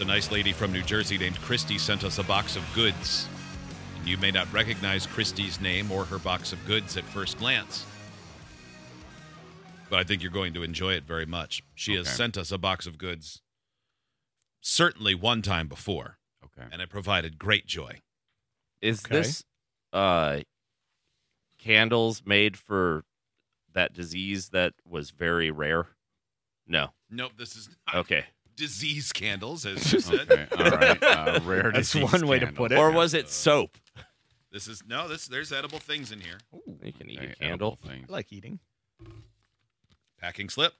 A nice lady from New Jersey named Christy sent us a box of goods. And you may not recognize Christy's name or her box of goods at first glance, but I think you're going to enjoy it very much. She has Okay. sent us a box of goods, certainly one time before, Okay. and it provided great joy. Is Okay. this uh candles made for that disease that was very rare? No. Nope, this is not Okay. disease candles, as you said. Okay. All right. Uh, rare That's disease one way to candles. put it. Or was it soap? This is no, this there's edible things in here. You can eat Okay, a edible candle. things. I like eating. Packing slip,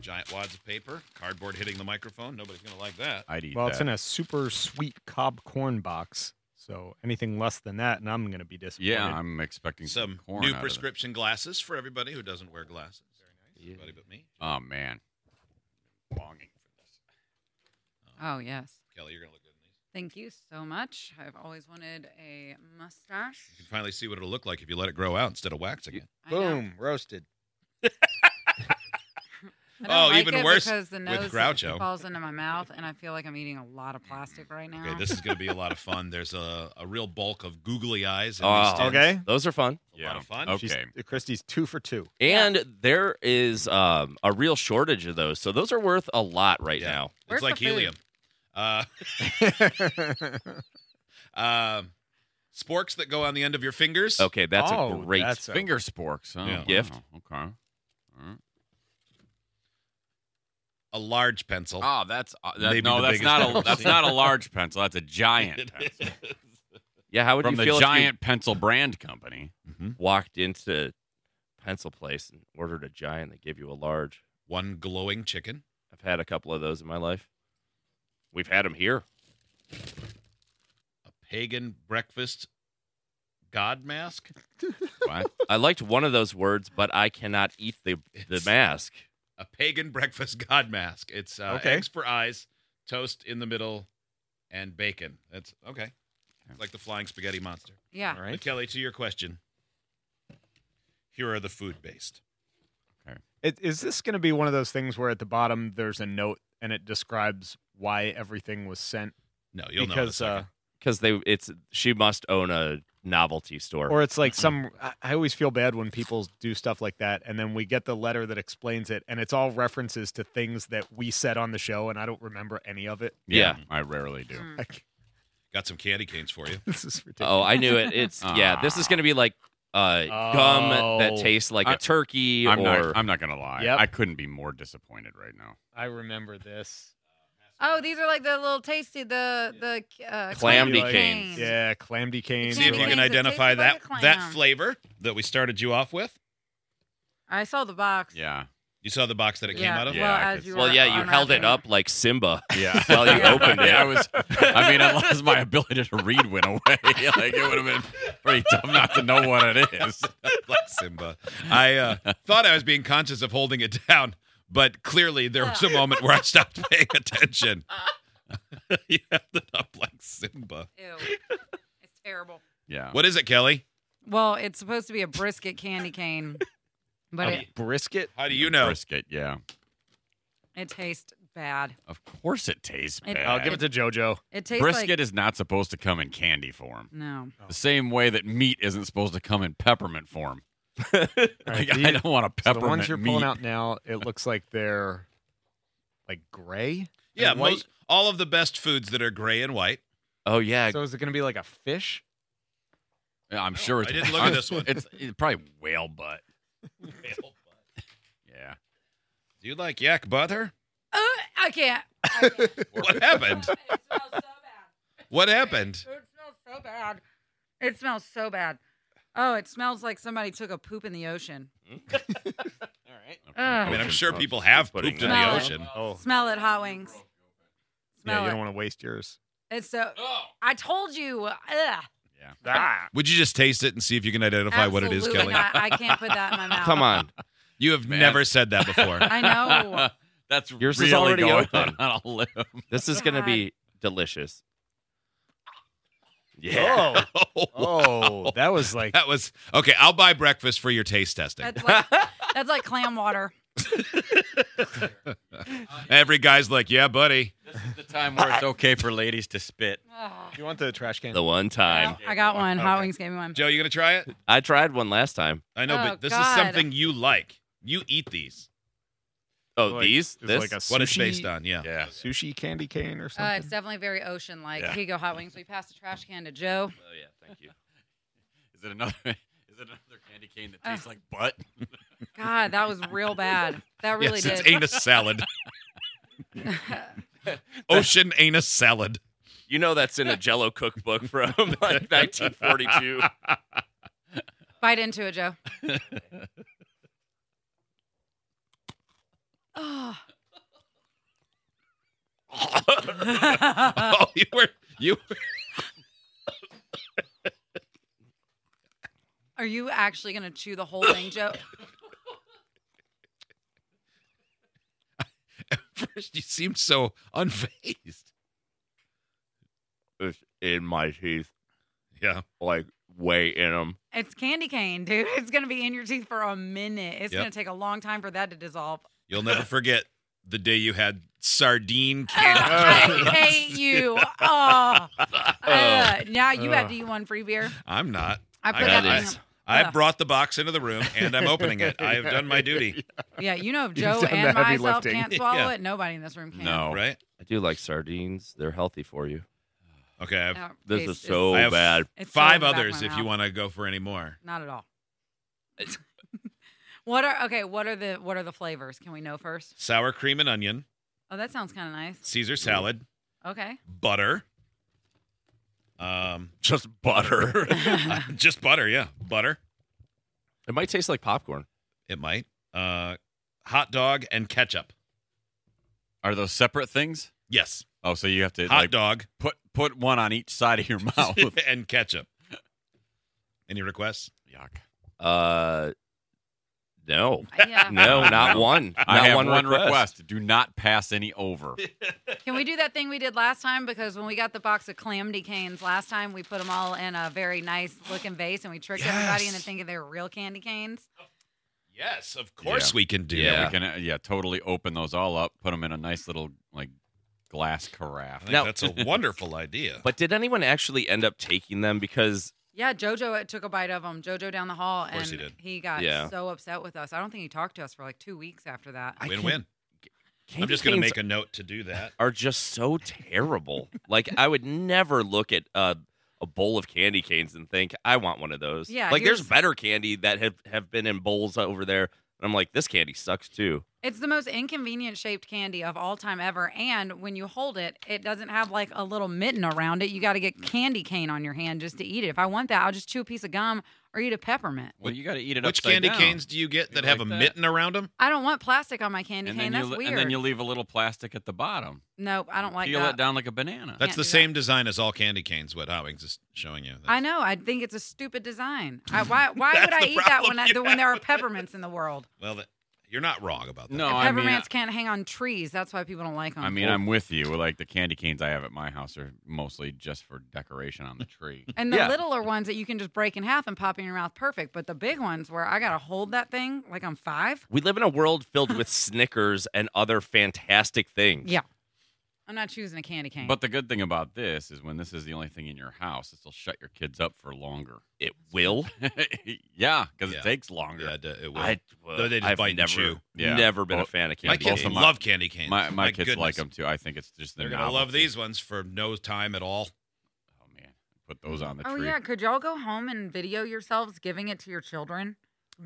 giant wads of paper, cardboard hitting the microphone. Nobody's gonna like that. I'd eat Well, that. it's in a super sweet cob corn box, so anything less than that, and I'm gonna be disappointed. yeah, I'm expecting some, Some corn new out of that. prescription glasses for everybody who doesn't wear glasses. Yeah. Everybody but me. Oh man, longing for this. Oh, yes. Um, Kelly, you're gonna look good in these. Thank you so much. I've always wanted a mustache. You can finally see what it'll look like if you let it grow out instead of waxing it. I know. Boom, roasted. I Oh, don't like even it worse because the with nose Groucho. falls into my mouth, and I feel like I'm eating a lot of plastic right now. Okay, this is gonna be a lot of fun. There's a, a real bulk of googly eyes. In Oh, these tins. Okay. Those are fun. It's a lot of fun. Okay. She's, Christy's two for two. And there is um, a real shortage of those. So those are worth a lot right Yeah. now. It's Where's like the food? helium. Uh, um, sporks that go on the end of your fingers. Okay, that's Oh, a great that's a- Finger sporks. Oh, Yeah. wow. Gift. Okay. All right. A large pencil. Oh, that's uh, that, Maybe no, the that's biggest not I've a ever that's seen. not a large pencil. That's a giant pencil Yeah, how would from you the feel Giant Pencil Brand Company. Mhm. if you walked into Pencil Place and ordered a giant they give you a large? One glowing chicken. I've had a couple of those in my life. We've had them here. a pagan breakfast god mask. What? I liked one of those words, but I cannot eat the the It's- mask. A pagan breakfast god mask. It's uh, Okay. eggs for eyes, toast in the middle, and bacon. That's okay. It's like the flying spaghetti monster. Yeah. All But right. Kelly, to your question, here are the food based. It, is this going to be one of those things where at the bottom there's a note and it describes why everything was sent? No, you'll because know. in a uh, second. Because they it's she must own a novelty store. or it's like some. I, I always feel bad when people do stuff like that, and then we get the letter that explains it, and it's all references to things that we said on the show, and I don't remember any of it. Yeah. I rarely do. Mm. Like, Got some candy canes for you. this is ridiculous. oh, I knew it. It's yeah. This is gonna be like uh, gum that Oh. tastes like I- a turkey I'm or not. I'm not gonna lie. Yep. I couldn't be more disappointed right now. I remember this. Oh, these are like the little tasty, the the uh, Clamdy candy canes. Yeah, clamdy canes. See if or Candy you like- can canes that identify taste like that a clam. that flavor that we started you off with. I saw the box. Yeah. You saw the box that it came Yeah. out of. Yeah, Well, I as could- you well, were yeah. You held it unwrapping up like Simba. Yeah. While you opened it. I was. I mean, unless my ability to read went away, like it would have been pretty tough not to know what it is. like Simba. I uh, thought I was being conscious of holding it down, but clearly there was a moment where I stopped paying attention. you held it up like Simba. Ew. it's terrible. Yeah. What is it, Kelly? Well, it's supposed to be a brisket candy cane, but it, brisket? How do you know? Brisket. Yeah. it tastes bad. Of course, it tastes It- bad. I'll give it to JoJo. It tastes Brisket like is not supposed to come in candy form. no. Oh. The same way that meat isn't supposed to come in peppermint form. All right, Like, I these- don't want a so peppermint the ones you're meat. pulling out now, it looks like they're like gray. Yeah, and white. most all of the best foods that are gray and white. Oh yeah. So is it going to be like a fish? Yeah, I'm sure it's. I didn't look at this one. It's, it's probably whale butt. Yeah. Do you like yak butter? Uh, I can't. What happened? It smells so bad. What happened? It smells so bad. It smells so bad. Oh, it smells like somebody took a poop in the ocean. Okay. I I mean, I'm sure people have Putting pooped in that- the Smell it. ocean. Oh, Smell it, hot wings. yeah, smell you it. don't want to waste yours. It's so. I told you. Ugh. Ah, Would you just taste it and see if you can identify what it is, Kelly? Absolutely not. I can't put that in my mouth. Come on. You have Man. never said that before. I know. That's Yours really is already going open. on a limb. This is going to God. be delicious. Yeah. Oh, Oh, that was like that was okay. I'll buy breakfast for your taste testing. That's like that's like clam water. Every guy's like, "Yeah, buddy." This is the time where it's okay for ladies to spit. Ugh. you want the trash can. The one time. Well, I got one. Hot Wings gave me one. Joe, you gonna try it? I tried one last time. I know, Oh, but this is God. something you like. You eat these. Oh, Like, these? it's This? like a What it's Sushi- based on? Yeah. Yeah. Sushi candy cane or Uh, something. it's definitely very ocean like. Yeah. Here you go, Hot Wings. We passed the trash can to Joe. Oh yeah, thank you. Is it another? Is it another candy cane that tastes like butt? God, that was real bad. That really yes, it's did. anus salad. Ocean anus salad. You know that's in a Jello cookbook from like 1942. Bite into it, Joe. oh. Ah. Oh, you were you. Were, Are you actually gonna chew the whole thing, Joe? first, you seemed so unfazed. It's in my teeth, Yeah. like way in them. It's candy cane, dude. It's gonna be in your teeth for a minute. It's Yep. gonna take a long time for that to dissolve. You'll never forget the day you had sardine candy. I hate you. Oh. Uh, now you have Ugh. to eat one free beer. I'm not. I put I that got in. it. I Ugh. brought the box into the room and I'm opening it. I have done my duty, Yeah, you know if Joe done and the heavy myself lifting. can't swallow Yeah. it, nobody in this room can. No. right? I do like sardines. They're healthy for you. Okay. I have No, This it's- is so I have- bad. it's Oh, so in five the back of others my if you mouth. want to go for any more. Not at all. what are okay? What are the what are the flavors? Can we know first? Sour cream and onion, Oh, that sounds kind of nice. Caesar salad, Okay. butter. Um, Just butter. just butter, yeah, butter. It might taste like popcorn. It might. Uh, hot dog and ketchup. Are those separate things? Yes, Oh, so you have to hot like dog put put one on each side of your mouth. Yuck. and ketchup. Any requests? Uh, no, Yeah. no, not one. I Not have one, request. Do not pass any over. Can we do that thing we did last time? Because when we got the box of calamity canes last time, we put them all in a very nice looking vase and we tricked everybody into Yes. thinking they were real candy canes. Yes, of course we can do. Yeah. We can uh, yeah totally open those all up. Put them in a nice little like glass I carafe. think Now- that's a wonderful idea. But did anyone actually end up taking them? Because Yeah, JoJo took a bite of them. JoJo down the hall, course and he did. got Yeah. so upset with us. I don't think he talked to us for like two weeks after that. I win can't- win. I'm candy just going to canes make a note to do that. are just so terrible. like I would never look at uh, a bowl of candy canes and think I want one of those. Yeah, like there's here's- better candy that have have been in bowls over there, and I'm like, this candy sucks too. It's the most inconvenient shaped candy of all time ever. And when you hold it, it doesn't have like a little mitten around it. You got to get candy cane on your hand just to eat it. If I want that, I'll just chew a piece of gum or eat a peppermint. Well, you got to eat it Which upside candy down. canes do you get You that have like a that? mitten around them? I don't want plastic on my candy And cane. then That's you li- weird. and then you leave a little plastic at the bottom. nope, I don't like Peel that. it down like a banana. That's do the that. same design as all candy canes. What Howings is showing you. I know. I think it's a stupid design. I, why why That's would I the eat that problem when, I, you when there are peppermints in the world? Well, that, you're not wrong about that. no, And I mean, uh peppermints can't hang on trees. That's why people don't like them. I mean, I'm with you. Like the candy canes I have at my house are mostly just for decoration on the tree. And the Yeah. littler ones that you can just break in half and pop in your mouth, perfect. But the big ones where I gotta hold that thing like I'm five, We live in a world filled with Snickers and other fantastic things. Yeah. I'm not choosing a candy cane. but the good thing about this is when this is the only thing in your house, this will shut your kids up for longer. It will. yeah, because Yeah. it takes longer. Yeah, it- it will. I, Though they just I've bite and never, chew. Yeah. never been a Well, fan of my kids candy both of canes. my- love candy canes. My my, kids goodness. like them too. I think it's just the They're gonna love novelty. these ones for no time at all. Oh man, put those on the oh tree. yeah, could y'all go home and video yourselves giving it to your children?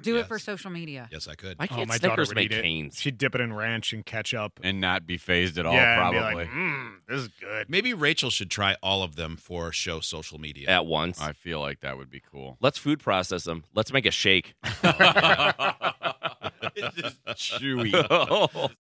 Do it for Yes. social media. Yes, I could. My oh, kids my Snickers daughter would make eat it. canes. She'd dip it in ranch and ketchup. And not be phased at all, yeah, and be probably. like, mm, this is good. Maybe Rachel should try all of them for show social media. at once. "Mm." I feel like that would be cool. Let's food process them. Let's make a shake. it's just chewy.